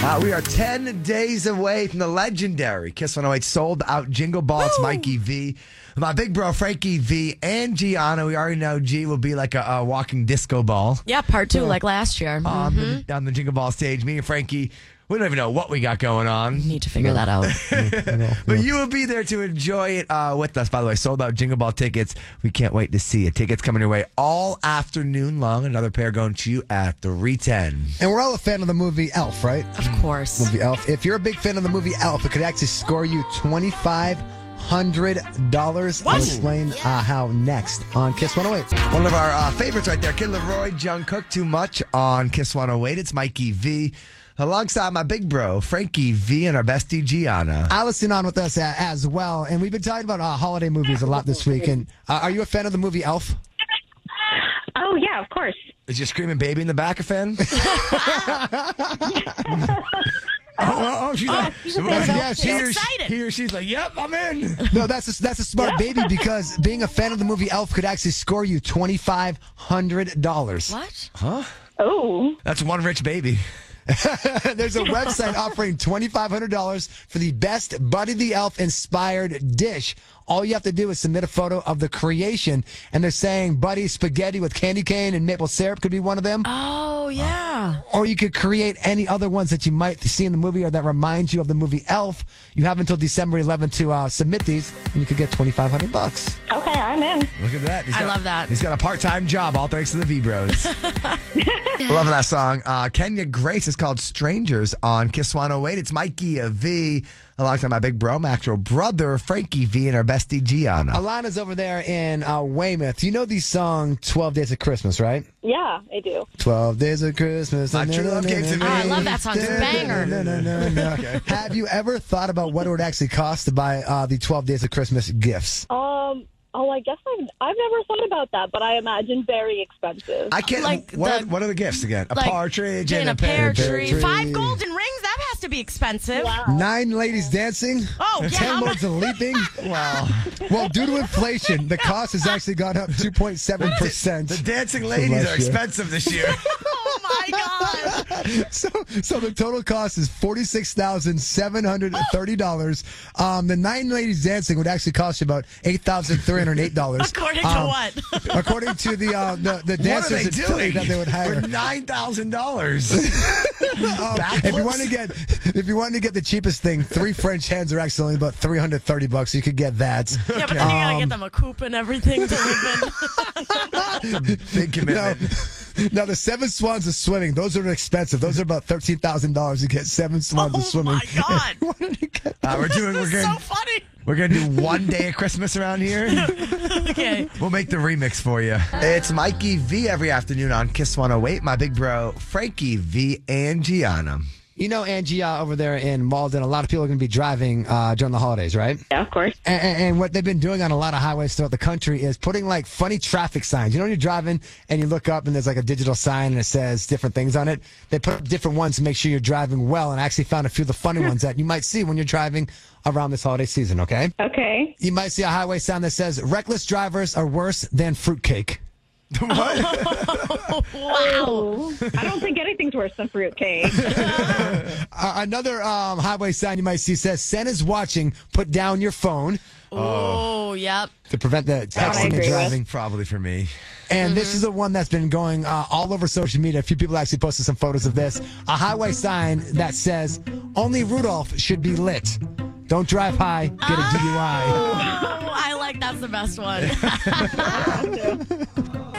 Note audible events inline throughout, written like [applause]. Uh, we are 10 days away from the legendary Kiss 108 sold out Jingle Ball. It's Mikey V, my big bro Frankie V, and Gianna. We already know G will be like a, a walking disco ball Yeah, part two, like last year. Oh. on, the, on the Jingle Ball stage. Me and Frankie, we don't even know what we got going on. Need to figure that out. But you will be there to enjoy it uh, with us. By the way, sold out Jingle Ball tickets. We can't wait to see you. Tickets coming your way all afternoon long. Another pair going to you at 310. And we're all a fan of the movie Elf, right? Mm. of course. Movie Elf. If you're a big fan of the movie Elf, it could actually score you twenty five hundred dollars. I'll explain uh, how next on Kiss 108. One of our uh, favorites right there, Kid Leroy, John Cook, too much on Kiss 108. It's Mikey V. Alongside my big bro, Frankie V, and our bestie, Gianna. Allison on with us uh, as well, and we've been talking about uh, holiday movies a lot this week. And uh, are you a fan of the movie Elf? Oh yeah, of course. Is your screaming baby in the back a [laughs] fan? [laughs] oh, oh, oh, she's like, [laughs] yeah, she She's or- excited. he or she's like, yep, I'm in. [laughs] No, that's a, that's a smart baby because being a fan of the movie Elf could actually score you twenty five hundred dollars. What? Oh, That's one rich baby. [laughs] There's a website offering $2,500 for the best Buddy the Elf inspired dish. All you have to do is submit a photo of the creation, and they're saying Buddy spaghetti with candy cane and maple syrup could be one of them. Oh, yeah. Or you could create any other ones that you might see in the movie or that remind you of the movie Elf. You have until December 11th to uh, submit these, and you could get 2,500 bucks. okay, I'm in. Look at that. He's I love that. He's got a part time job, all thanks to the [laughs] V Bros. Loving that song. Uh, Kenya Grace is called Strangers on Kiss 108. It's Mikey a V, alongside my big bro, my actual brother, Frankie V, and our bestie, Gianna. Alana's over there in uh, Weymouth. You know the song 12 Days of Christmas, right? Yeah, I do. 12 Days of Christmas. My true love gave to me. Oh, I love that song. It's a banger. No, no, no, [laughs] no. Have you ever thought about what it would actually cost to buy uh, the 12 Days of Christmas gifts? Um. Oh, I guess I've I've never thought about that, but I imagine very expensive. I can't. Like what, the- what are the gifts again? A Like, partridge in and a pear tree. tree. Five golden rings? That has to be expensive. Nine ladies dancing? Oh, yeah, Ten [laughs] I'm- loads of [laughs] leaping? Wow. Well, due to inflation, the cost has actually gone up 2.7%. The dancing ladies are last year. expensive this year. Oh, my God. [laughs] so, so the total cost is forty-six thousand seven hundred thirty dollars. Um, the nine ladies dancing would actually cost you about eight thousand three hundred eight dollars. Um, [laughs] According to what? According to the uh, the, the what are dancers they in Philly doing? that they would For hire. Um, [laughs] Uh, $9,000. If you want to get, if you want to get the cheapest thing, three French hens are actually only about three hundred thirty bucks. You could get that. Yeah, but then you gotta get them a coop and everything to live in. Big Now, [laughs] commitment. now the seven swans of swimming; those are expensive. Those are about thirteen thousand dollars. You get seven swans of Oh swimming. my [laughs] god, Uh, we're doing. We're this is going. so funny. we're going to do one day of Christmas around here. Okay, We'll make the remix for you. It's Mikey V every afternoon on Kiss 108. My big bro Frankie V and Gianna. You know, Angie, uh, over there in Malden, a lot of people are going to be driving uh, during the holidays, right? yeah, of course. And, and, and what they've been doing on a lot of highways throughout the country is putting like funny traffic signs. You know, when you're driving and you look up and there's like a digital sign and it says different things on it. They put up different ones to make sure you're driving well. And I actually found a few of the funny ones that you might see when you're driving around this holiday season. Okay, Okay. you might see a highway sign that says "Reckless drivers are worse than fruitcake." Wow. [laughs] I don't think anything's worse than fruitcake. Uh, another um, highway sign you might see says "Santa's watching. Put down your phone." oh yep, [laughs] To prevent the I texting and agree with. Mm-hmm. driving. Probably for me. And this is the one that's been going uh, all over social media. A few people actually posted some photos of this. A highway sign that says, only Rudolph should be lit. Don't drive high, get a Ah. DUI. oh, I like that's the best one.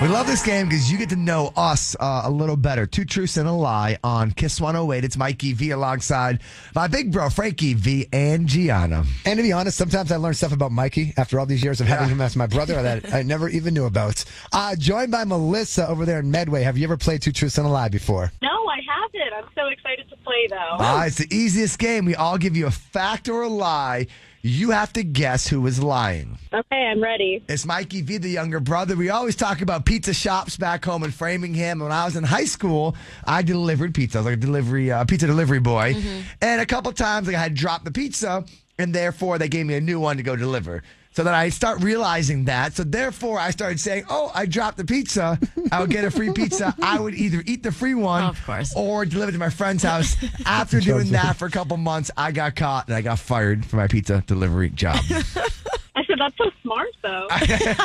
We love this game because you get to know us uh, a little better. Two truths and a lie on Kiss 108. It's Mikey V alongside my big bro Frankie V and Gianna. And to be honest, sometimes I learn stuff about Mikey after all these years of having him as my brother [laughs] that I never even knew about. Uh, joined by Melissa over there in Medway. Have you ever played Two Truths and a Lie before? [laughs] no, I haven't. I I'm so excited to play, though. Oh. Ah, it's the easiest game. We all give you a fact or a lie. You have to guess who is lying. [laughs] Okay, I'm ready. It's Mikey V, the younger brother. We always talk about pizza shops back home in Framingham. When I was in high school, I delivered pizza. I was like a delivery uh, pizza delivery boy, Mm-hmm. and a couple times like, I had dropped the pizza, and therefore they gave me a new one to go deliver. So then I start realizing that. So therefore I started saying, "Oh, I dropped the pizza. I would get a free pizza. I would either eat the free one, Of course. or deliver it to my friend's [laughs] house." After doing that for a couple months, I got caught and I got fired for my pizza delivery [laughs] job. I said, that's so smart, though. [laughs] I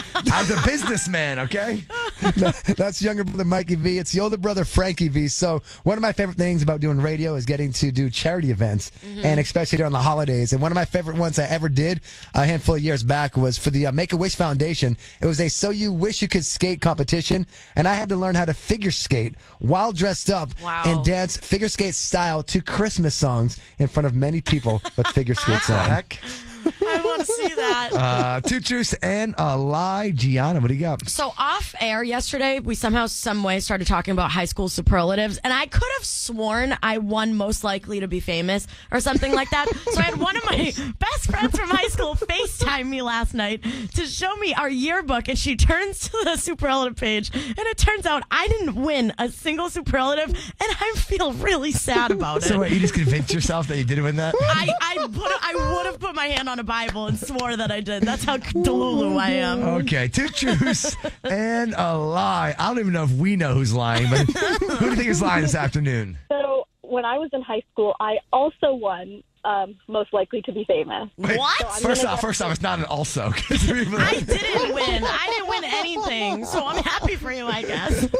was a businessman, okay? [laughs] That's younger brother Mikey V. It's the older brother Frankie V. So one of my favorite things about doing radio is getting to do charity events, and especially during the holidays. And one of my favorite ones I ever did a handful of years back was for the uh, Make a Wish Foundation. It was a So You Wish You Could Skate competition, and I had to learn how to figure skate while dressed up Wow. and dance figure skate style to Christmas songs in front of many people with [laughs] figure skates on. Heck. I want to see that. Uh, two truths and a lie. Gianna, what do you got? So off air yesterday, we somehow, some way, started talking about high school superlatives, and I could have sworn I won most likely to be famous or something like that. so I had one of my [laughs] best friends from high school FaceTime me last night to show me our yearbook, and she turns to the superlative page, and it turns out I didn't win a single superlative, and I feel really sad about it. So, wait, you just convinced yourself that you did win that? I I, put, I would have put my hand on a Bible and swore that I did. That's Oh how delulu I am. Okay, two truths and a lie. I don't even know if we know who's lying, but who do you think is lying this afternoon? So when I was in high school, I also won um, most likely to be famous. Wait, What? First off, first off, it's not an also. [laughs] 'cause we were I like- didn't win. I didn't win anything, so I'm happy for you, I guess. [laughs]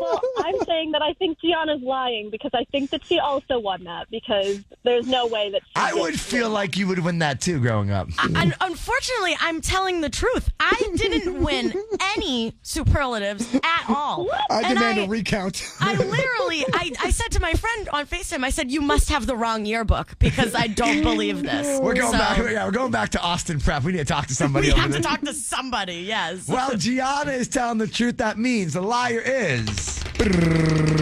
Well, I'm saying that I think Gianna's lying because I think that she also won that because there's no way that she I didn't would feel win. like you would win that too growing up. Un- unfortunately, I'm telling the truth. I didn't win any superlatives at all. I And demand I- a recount. I literally, I, I said to my friend on FaceTime, I said, you must have the wrong yearbook because I don't believe this. We're going So, back. Yeah, we're going back to Austin Prep. We need to talk to somebody. We over have to there. talk to somebody, yes. Well, Gianna is telling the truth. That means the liar is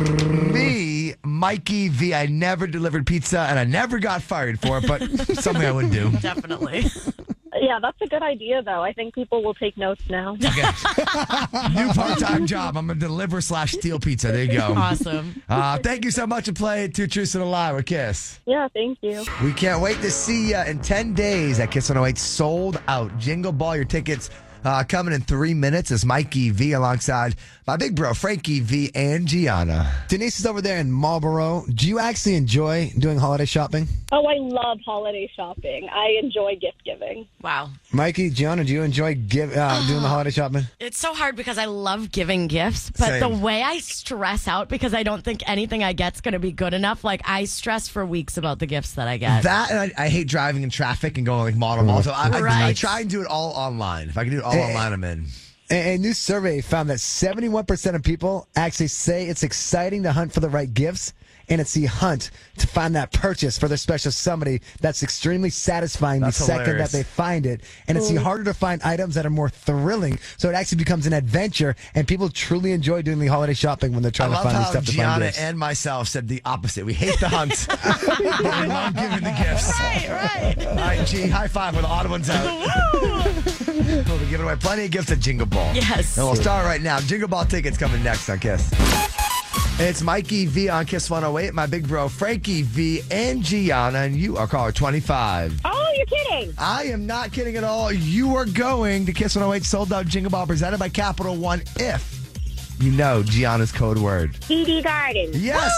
me, Mikey V. I never delivered pizza and I never got fired for it, but something I wouldn't do. [laughs] Definitely. Yeah, that's a good idea, though. I think people will take notes now. New part time job. I'm going to deliver slash steal pizza. There you go. Awesome. Uh, thank you so much for playing Two Truths and a Lie with Kiss. yeah, thank you. We can't wait to see you in 10 days at Kiss 108 sold out. Jingle Ball, your tickets uh, coming in three minutes is Mikey V alongside my big bro, Frankie V and Gianna. Denise is over there in Marlboro. Do you actually enjoy doing holiday shopping? Oh, I love holiday shopping. I enjoy gift giving. Wow. Mikey, Gianna, do you enjoy give, uh, doing the holiday shopping? It's so hard because I love giving gifts, but Same. the way I stress out because I don't think anything I get's going to be good enough. Like I stress for weeks about the gifts that I get. That and I, I hate driving in traffic and going like model mall. So I, I- I, Right. try and do it all online. If I can do it all online, I'm in. A, a new survey found that 71% of people actually say it's exciting to hunt for the right gifts, and it's the hunt to find that purchase for their special somebody that's extremely satisfying That's the second hilarious. that they find it. And it's the harder to find items that are more thrilling, so it actually becomes an adventure, and people truly enjoy doing the holiday shopping when they're I trying to love find these how stuff to find Gianna gifts. and myself said the opposite. We hate the hunt, [laughs] but we love giving the gifts. [laughs] right, [laughs] right. All right, G, high five with the odd ones out. We'll be giving away plenty of gifts at Jingle Ball. Yes. And we'll start right now. Jingle Ball tickets coming next on Kiss. It's Mikey V on Kiss 108, my big bro Frankie V and Gianna, and you are caller 25. Oh, you're kidding. I am not kidding at all. You are going to Kiss 108 Sold Out Jingle Ball presented by Capital One if you know Gianna's code word. DD Garden. Yes!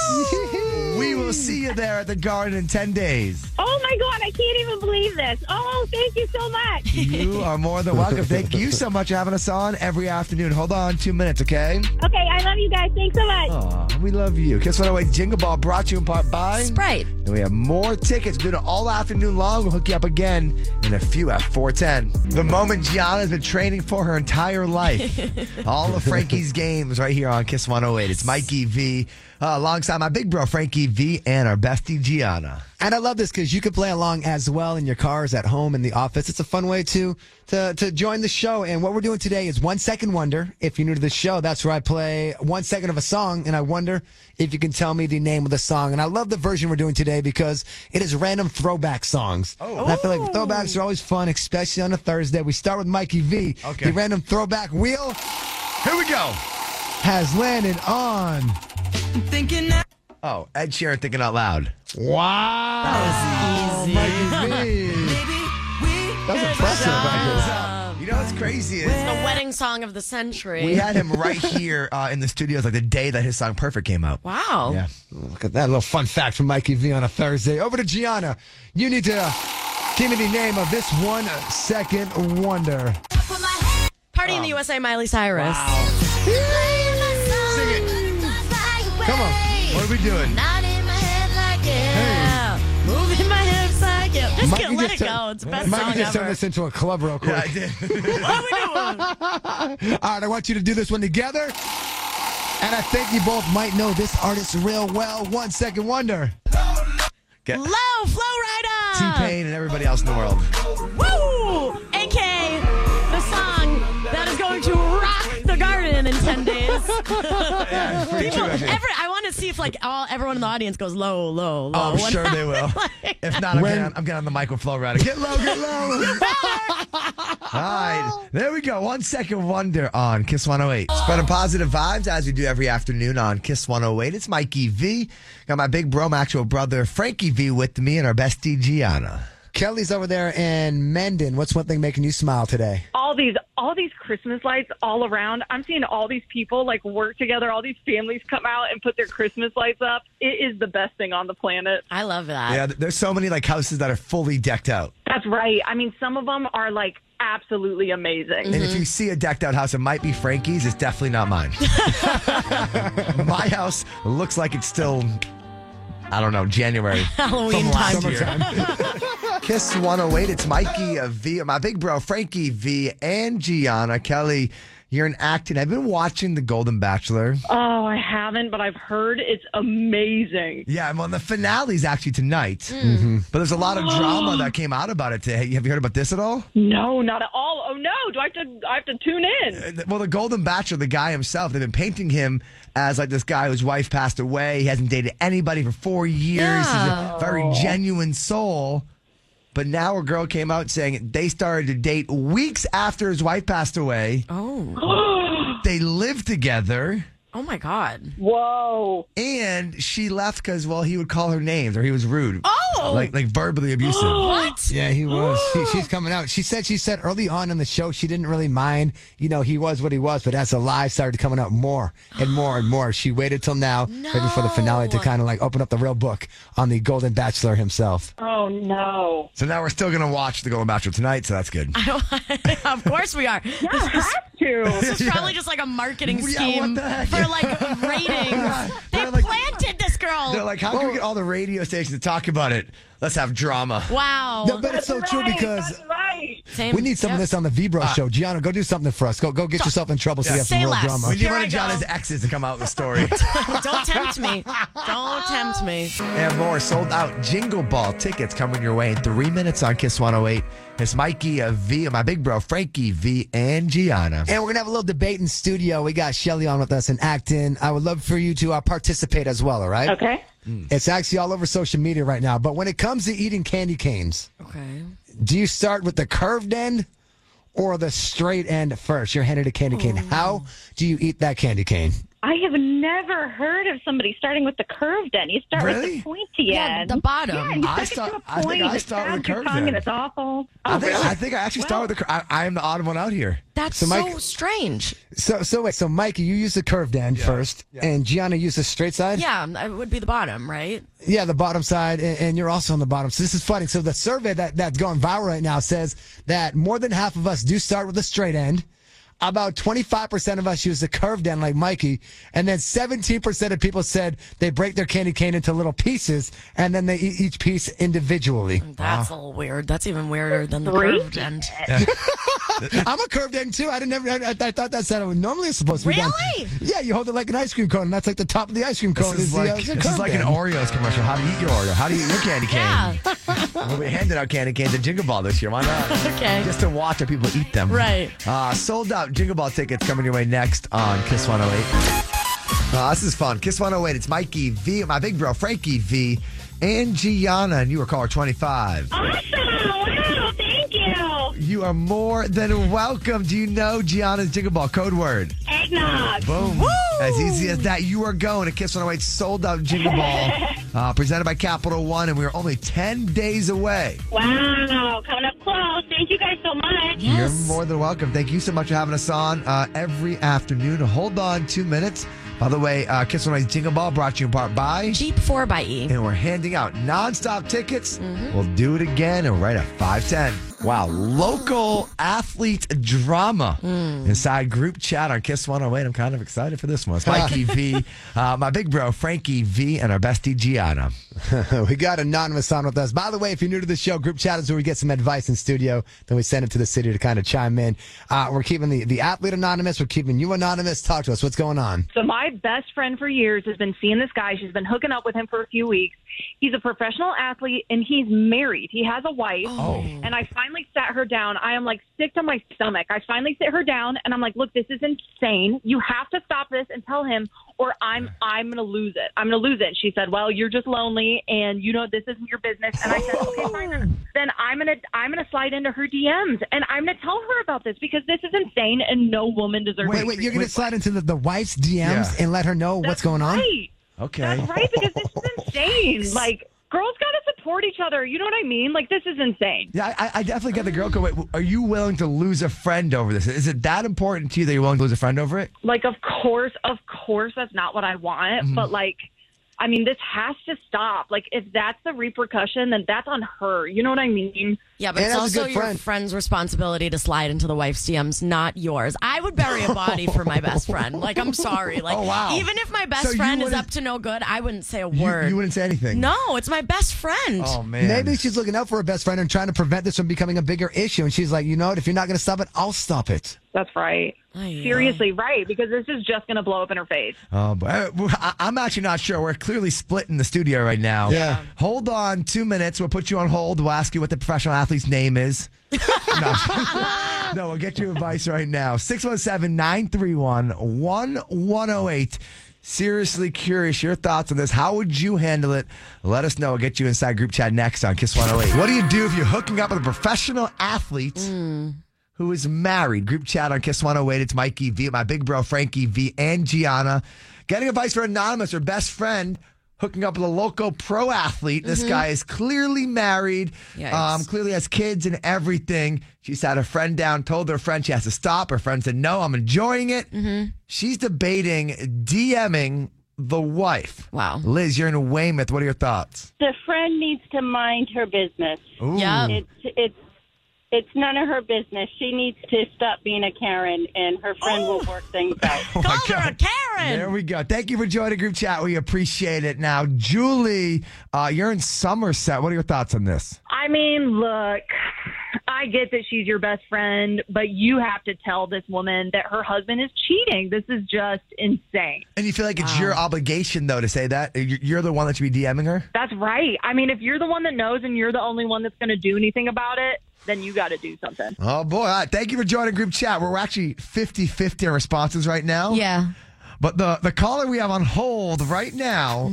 we will see you there at the garden in 10 days. Oh, my God. I can't even believe this. Oh, thank you so much. You are more than welcome. Thank you so much for having us on every afternoon. Hold on two minutes, okay? Okay, I love you guys. Thanks so much. Aw, we love you. Kiss 108 Jingle Ball brought to you in part by Sprite. And we have more tickets due to all afternoon long. We'll hook you up again in a few at [laughs] 410. The moment Gianna's been training for her entire life. all of Frankie's games Adams right here on Kiss 108. It's Mikey V uh, alongside my big bro Frankie V and our bestie Gianna. And I love this because you can play along as well in your cars, at home, in the office. It's a fun way to, to to join the show. And what we're doing today is One Second Wonder. If you're new to the show, that's where I play one second of a song, and I wonder if you can tell me the name of the song. And I love the version we're doing today because it is random throwback songs. Oh. And I feel like throwbacks are always fun, especially on a Thursday. We start with Mikey V. Okay. The random throwback wheel Here we go. has landed on. Oh, Ed Sheeran thinking out loud. Wow. Mikey V. Oh, That's impressive. Mikey. You know what's crazy is The wedding song of the century. we had him right here uh, in the studios like the day that his song Perfect came out. wow. Yeah. Look at that little fun fact from Mikey V on a Thursday. Over to Gianna. You need to give me the name of this one second wonder. Party in the USA, Miley Cyrus. Come on. What are we doing? Not in my head like yeah. Moving my hips like yeah. Just get, let it turned- go. It's the best Mikey song just ever. turned this into a club real [laughs] quick. I did. Oh, we do. All right, I want you to do this one together. And I think you both might know this artist real well. One second wonder. Low Flow T Rider. Pain and everybody else in the world. Woo! AK, the song that is going to rock the garden in 10 [laughs] days. People, every, I want to see if like all everyone in the audience goes low, low, low. Oh, I'm sure they will. If not, I'm When- getting, on, I'm getting on the mic with Flo Rida. Get low, [laughs] get low. All right. There we go. One second wonder on Kiss 108. Spreading positive vibes as we do every afternoon on Kiss 108. It's Mikey V. Got my big bro, my actual brother, Frankie V, with me and our bestie, Gianna. Kelly's over there in Mendon. What's one thing making you smile today? all these all these Christmas lights all around. I'm seeing all these people like work together, all these families come out and put their Christmas lights up. It is the best thing on the planet. I love that. Yeah, th- there's so many like houses that are fully decked out. That's right. I mean, some of them are like absolutely amazing. And if you see a decked out house, it might be Frankie's. It's definitely not mine. my house looks like it's still, I don't know, January. Halloween time. [laughs] Kiss 108. It's Mikey uh, V, my big bro, Frankie V, and Gianna. Kelly, you're in acting. I've been watching The Golden Bachelor. Oh, I haven't, but I've heard it's amazing. Yeah, I'm on the finales actually tonight. But there's a lot of drama that came out about it today. Have you heard about this at all? No, not at all. Oh no, do I have to I have to tune in? Well, The Golden Bachelor, the guy himself, they've been painting him as like this guy whose wife passed away. He hasn't dated anybody for four years. He's a very genuine soul. But now a girl came out saying they started to date weeks after his wife passed away. Oh, They lived together. oh my God. Whoa. And she left because, well, he would call her names or he was rude. Oh! Like, like verbally [gasps] abusive. [gasps] What? [laughs] Yeah, he was. She, [gasps] she's coming out. She said she said early on in the show she didn't really mind. You know, he was what he was, but as the lies started coming up more and more and more, she waited till now, maybe for the finale to No. kind of like open up the real book on the Golden Bachelor himself. Oh no. so now we're still going to watch The Golden Bachelor tonight, so that's good. of course we are. I Oh, have to. [laughs] This is probably just like a marketing Yeah, what scheme the heck? for like [laughs] ratings. they They're like- planted this girl. They're like, how can we get all the radio stations to talk about it? Let's have drama. wow. No, but it's so true because That's right. Same- we need some of yep. this on the Vibro Ah. show. Gianna, go do something for us. Go go get yourself in trouble so you have some Say real less. We drama. need Here one I of go. Jonna's exes to come out with [laughs] a story. Don't tempt [laughs] me. Don't tempt me. and more sold out Jingle Ball tickets coming your way in three minutes on Kiss 108. It's Mikey uh, V, my big bro, Frankie V, and Gianna. And we're gonna have a little debate in studio. We got Shelly on with us in Acton. I would love for you to uh, participate as well. All right. Okay. Mm. It's actually all over social media right now. But when it comes to eating candy canes, Okay. do you start with the curved end or the straight end first? You're handed a candy cane. How do you eat that candy cane? I have never heard of somebody starting with the curved end. You start with Really? the pointy Yeah, end. the bottom. Yeah, and you I stick start- it to I a think point. I start with it stabs your curved tongue end. and it's awful. I, Oh, think, really? I think I actually start with the. cur- I, I am the odd one out here. That's so, Mike- strange. So, so wait. So, Mikey, you use the curved end first, and Gianna used the straight side. Yeah, um, it would be the bottom, right? Yeah, the bottom side, and, and you're also on the bottom. So this is funny. So the survey that, that's going viral right now says that more than half of us do start with the straight end. About 25% of us use the curved end like Mikey. And then 17% of people said they break their candy cane into little pieces and then they eat each piece individually. Mm. That's a little weird. That's even weirder than the Great. curved end. I'm a curved end too. I didn't ever, I, I thought that said normally it's supposed to be done. Really? Yeah, you hold it like an ice cream cone. And that's like the top of the ice cream cone. This is the, uh, like it's a this is curved like an end. Oreos commercial. How to eat your Oreo? How to eat your candy cane? Yeah. We'll be handing out candy canes at Jingle Ball this year. Why not? [laughs] Okay. Just to watch how people eat them. Right. Uh, sold out Jingle Ball tickets coming your way next on Kiss 108. Uh, this is fun. Kiss 108. It's Mikey V, my big bro, Frankie V, and Gianna, and you were caller 25. Awesome! Wow, thank you. You are more than welcome. Do you know Gianna's Jingle Ball code word? Eggnog. Boom. As easy as that, you are going to Kiss 108 sold out Jingle Ball, uh, presented by Capital One, and we are only 10 days away. Wow, coming up close. Thank you guys so much. Yes. You're more than welcome. Thank you so much for having us on uh, every afternoon. Hold on two minutes. By the way, uh, Kiss One Night's Jingle Ball brought to you in part by, Jeep E. 4xE. and we're handing out nonstop tickets. We'll do it again and right at 510. Wow, local athlete drama inside group chat on Kiss 108. I'm kind of excited for this one. It's Mikey V, uh, my big bro, Frankie V, and our bestie, Gianna. [laughs] we got anonymous on with us. By the way, if you're new to the show, group chat is where we get some advice in studio. Then we send it to the city to kind of chime in. Uh, we're keeping the, the athlete anonymous. We're keeping you anonymous. Talk to us. What's going on? So my best friend for years has been seeing this guy. She's been hooking up with him for a few weeks. He's a professional athlete and he's married. He has a wife. Oh. And I finally sat her down. I am like sick to my stomach. I finally sit her down and I'm like, "Look, this is insane. You have to stop this and tell him or I'm I'm going to lose it. I'm going to lose it." And she said, "Well, you're just lonely and you know this isn't your business." And I said, "Okay, [laughs] fine. Then I'm going to I'm going to slide into her DMs and I'm going to tell her about this because this is insane and no woman deserves Wait, to wait. be You're going to slide into the, the wife's DMs and let her know what's that's going on? Right. Okay. That's right, because this is insane. Like, girls got to support each other. You know what I mean? Like, this is insane. Yeah, I, I definitely get the girl code. Wait, are you willing to lose a friend over this? Is it that important to you that you're willing to lose a friend over it? Like, of course, of course, that's not what I want. But, like, I mean, this has to stop. Like, if that's the repercussion, then that's on her. You know what I mean? Yeah, but And it's as a also good your friend. friend's responsibility to slide into the wife's DMs, not yours. I would bury a body for my [laughs] best friend. Like, I'm sorry. Like, Oh, wow. even if my So best you friend is wouldn't- up to no good, I wouldn't say a You- word. You, wouldn't say anything. No, it's my best friend. Oh man. Maybe she's looking out for her best friend and trying to prevent this from becoming a bigger issue. And she's like, you know what? If you're not going to stop it, I'll stop it. That's right. Ay-ya. Seriously, right, because this is just going to blow up in her face. Oh, but uh, well, I, I'm actually not sure. We're clearly split in the studio right now. Yeah. Hold on two minutes. We'll put you on hold. We'll ask you what the professional athlete's name is. no. [laughs] no, we'll get you advice right now. 617 931 1108. Seriously curious your thoughts on this. How would you handle it? Let us know. We'll get you inside group chat next on Kiss 108. What do you do if you're hooking up with a professional athlete? who is married. Group chat on Kiss 108. It's Mikey V, my big bro Frankie V, and Gianna. Getting advice for Anonymous, her best friend, hooking up with a local pro athlete. This guy is clearly married, Mm-hmm. Yikes. um, clearly has kids and everything. She sat her friend down, told her friend she has to stop. Her friend said, No, I'm enjoying it. Mm-hmm. She's debating DMing the wife. Wow. Liz, you're in Weymouth. What are your thoughts? The friend needs to mind her business. Ooh. Yeah. It's it's it's none of her business. She needs to stop being a Karen, and her friend will work things [laughs] out. [laughs] Oh my Call her a God. Karen. There we go. Thank you for joining group chat. We appreciate it. Now, Julie, uh, you're in Somerset. What are your thoughts on this? I mean, look, I get that she's your best friend, but you have to tell this woman that her husband is cheating. This is just insane. And you feel like it's your obligation though to say that You- you're the one that should be DMing her. That's right. I mean, if you're the one that knows and you're the only one that's going to do anything about it, then you got to do something. Oh boy! All right. Thank you for joining group chat. We're actually 50-50 on responses right now. yeah. But the the caller we have on hold right now,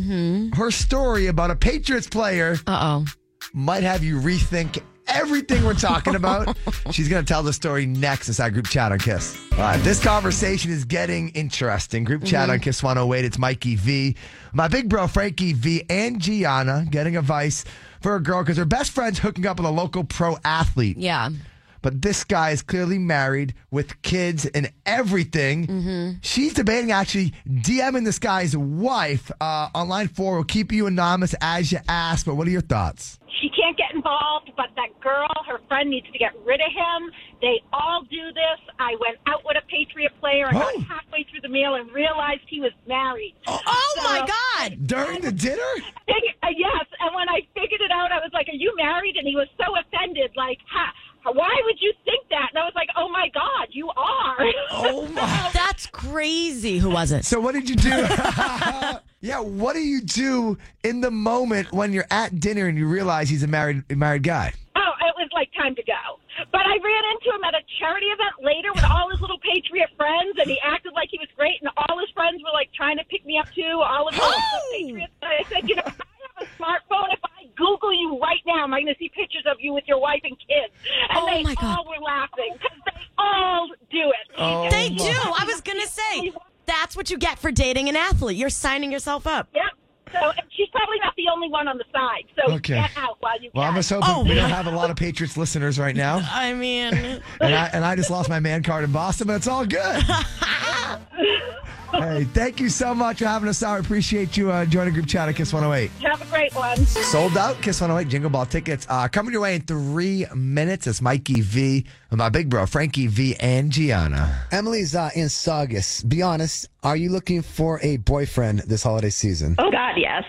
her story about a Patriots player Uh oh. might have you rethink everything we're talking [laughs] about. She's going to tell the story next inside group chat on Kiss. All right, this conversation is getting interesting. Group chat Mm-hmm. on Kiss 108. It's Mikey V, my big bro Frankie V, and Gianna getting advice for a girl because her best friend's hooking up with a local pro athlete. Yeah. But this guy is clearly married with kids and everything. Mm-hmm. She's debating actually DMing this guy's wife uh, on line four. We'll keep you anonymous as you ask, but what are your thoughts? She can't get involved, but that girl, her friend, needs to get rid of him. They all do this. I went out with a Patriot player and got Oh. halfway through the meal and realized he was married. Oh my God. During the dinner? Fig- uh, yes, and when I figured it out, I was like, "Are you married?" And he was so offended, like, ha, "Why would you think that?" And I was like, "Oh my God, you are!" Oh my. That's crazy. Who was it? So what did you do? [laughs] yeah, what do you do in the moment when you're at dinner and you realize he's a married a married guy? oh, it was like time to go. But I ran into him at a charity event later with all his little patriot friends, and he acted like he was great, and all his friends were like trying to pick me up too. All of his little Oh. patriots. And I said, "You know, I have a smartphone. If I Google you right now, am I going to see pictures of you with your wife and kids?" And Oh, they my God. Oh. all were laughing because they all do it. They do. I was going to say, that's what you get for dating an athlete. You're signing yourself up. Yep. So and she's probably not the only one on the side. So Okay. get out while you Well, can. I'm just hoping Oh, we don't my- have a lot of Patriots listeners right now. [laughs] I mean, And I, and I just lost my man card in Boston, but it's all [laughs] good. hey, thank you so much for having us out. Appreciate you uh, joining Group Chat at Kiss 108. Have a great one. Sold out Kiss 108 Jingle Ball tickets uh, coming your way in three minutes. It's Mikey V, and my big bro, Frankie V, and Gianna. Emily's uh, in Saugus. Be honest. Are you looking for a boyfriend this holiday season? Oh God, yes.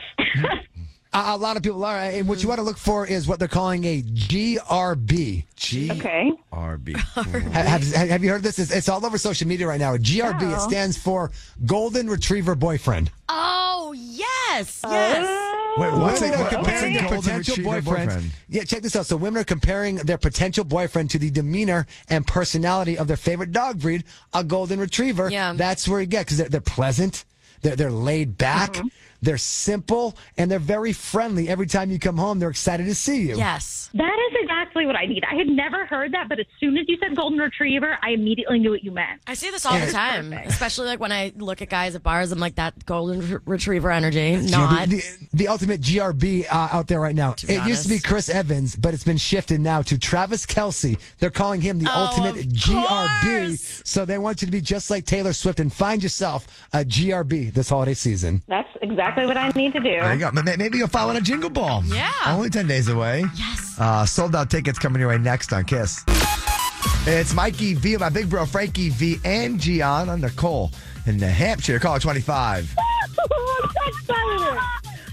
Uh, a lot of people are. And what you want to look for is what they're calling a GRB. G okay. R B. Ha- Have, have, have you heard this? It's, it's all over social media right now. GRB. It stands for Golden Retriever Boyfriend. oh, yes. Uh, Yes. Wait, what's Women it are comparing their potential boyfriends. Yeah, check this out. So women are comparing their potential boyfriend to the demeanor and personality of their favorite dog breed, a golden retriever. Yeah. That's where you get because they're, they're pleasant, they're, they're laid back, they're simple, and they're very friendly. Every time you come home, they're excited to see you. Yes. That is exactly what I need. I had never heard that, but as soon as you said golden retriever, I immediately knew what you meant. I see this all the time, especially like when I look at guys at bars. I'm like, that golden re- retriever energy. GRB, Not. the, the ultimate GRB uh, out there right now. be It used to be honest. Chris Evans, but it's been shifted now to Travis Kelsey. They're calling him the Oh, ultimate of GRB. course. So they want you to be just like Taylor Swift and find yourself a GRB this holiday season. That's exactly what I need to do. There you go. May- Maybe you'll file in a jingle ball. Yeah. Only 10 days away. Yes. Uh, sold out tickets coming your way next on Kiss. It's Mikey V, my big bro Frankie V, and Gianna Nicole in New Hampshire. Call [laughs] 25.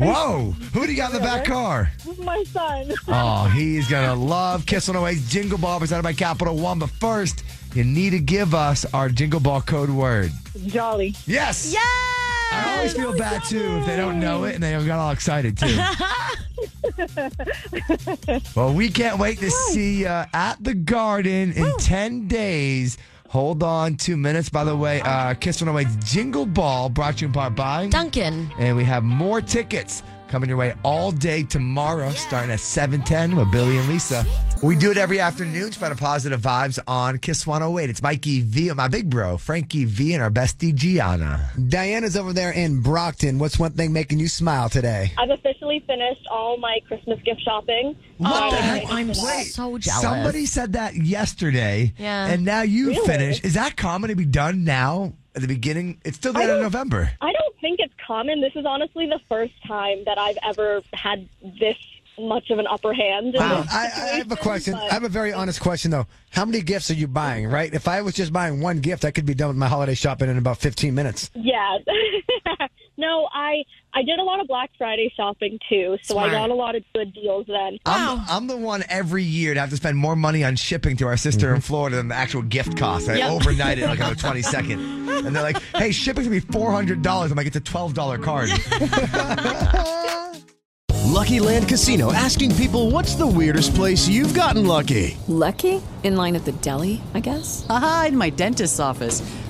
Whoa. Who do you got in the back car? My son. Oh, [laughs] he's going to love Kiss on the Way Jingle Ball presented by Capital One. But first, you need to give us our Jingle Ball code word. Jolly. Yes. Yes. I always feel bad too if they don't know it and they got all excited too. well, we can't wait to see you at the garden in 10 days. Hold on two minutes. By the way, uh, Kiss on the Way Jingle Ball brought you in part by. Duncan. And we have more tickets coming your way all day tomorrow, starting at 710 with Billy and Lisa. We do it every afternoon. Spread a positive vibes on Kiss 108. It's Mikey V and my big bro, Frankie V, and our bestie Gianna. Diana's over there in Brockton. What's one thing making you smile today? I've officially finished all my Christmas gift shopping. What the Oh, heck? I'm Wait, so jealous. Somebody said that yesterday. Yeah. And now you Really? finish. Is that common to be done now at the beginning? It's still the end of don't- November. I don't think it's common. This is honestly the first time that I've ever had this much of an upper hand. in Wow. this I, I have a situation, question. I but- have a very honest question though. How many gifts are you buying? Right? If I was just buying one gift, I could be done with my holiday shopping in about 15 minutes. Yeah. [laughs] no, I I did a lot of Black Friday shopping too, so Smart. I got a lot of good deals then. I'm, I'm the one every year to have to spend more money on shipping to our sister in Florida than the actual gift cost. I Yep. overnight it like on the 22nd. And they're like, hey, shipping's going to be $400. I'm like, it's a $12 card. Lucky Land Casino asking people what's the weirdest place you've gotten lucky? Lucky? In line at the deli, I guess? Aha, in my dentist's office.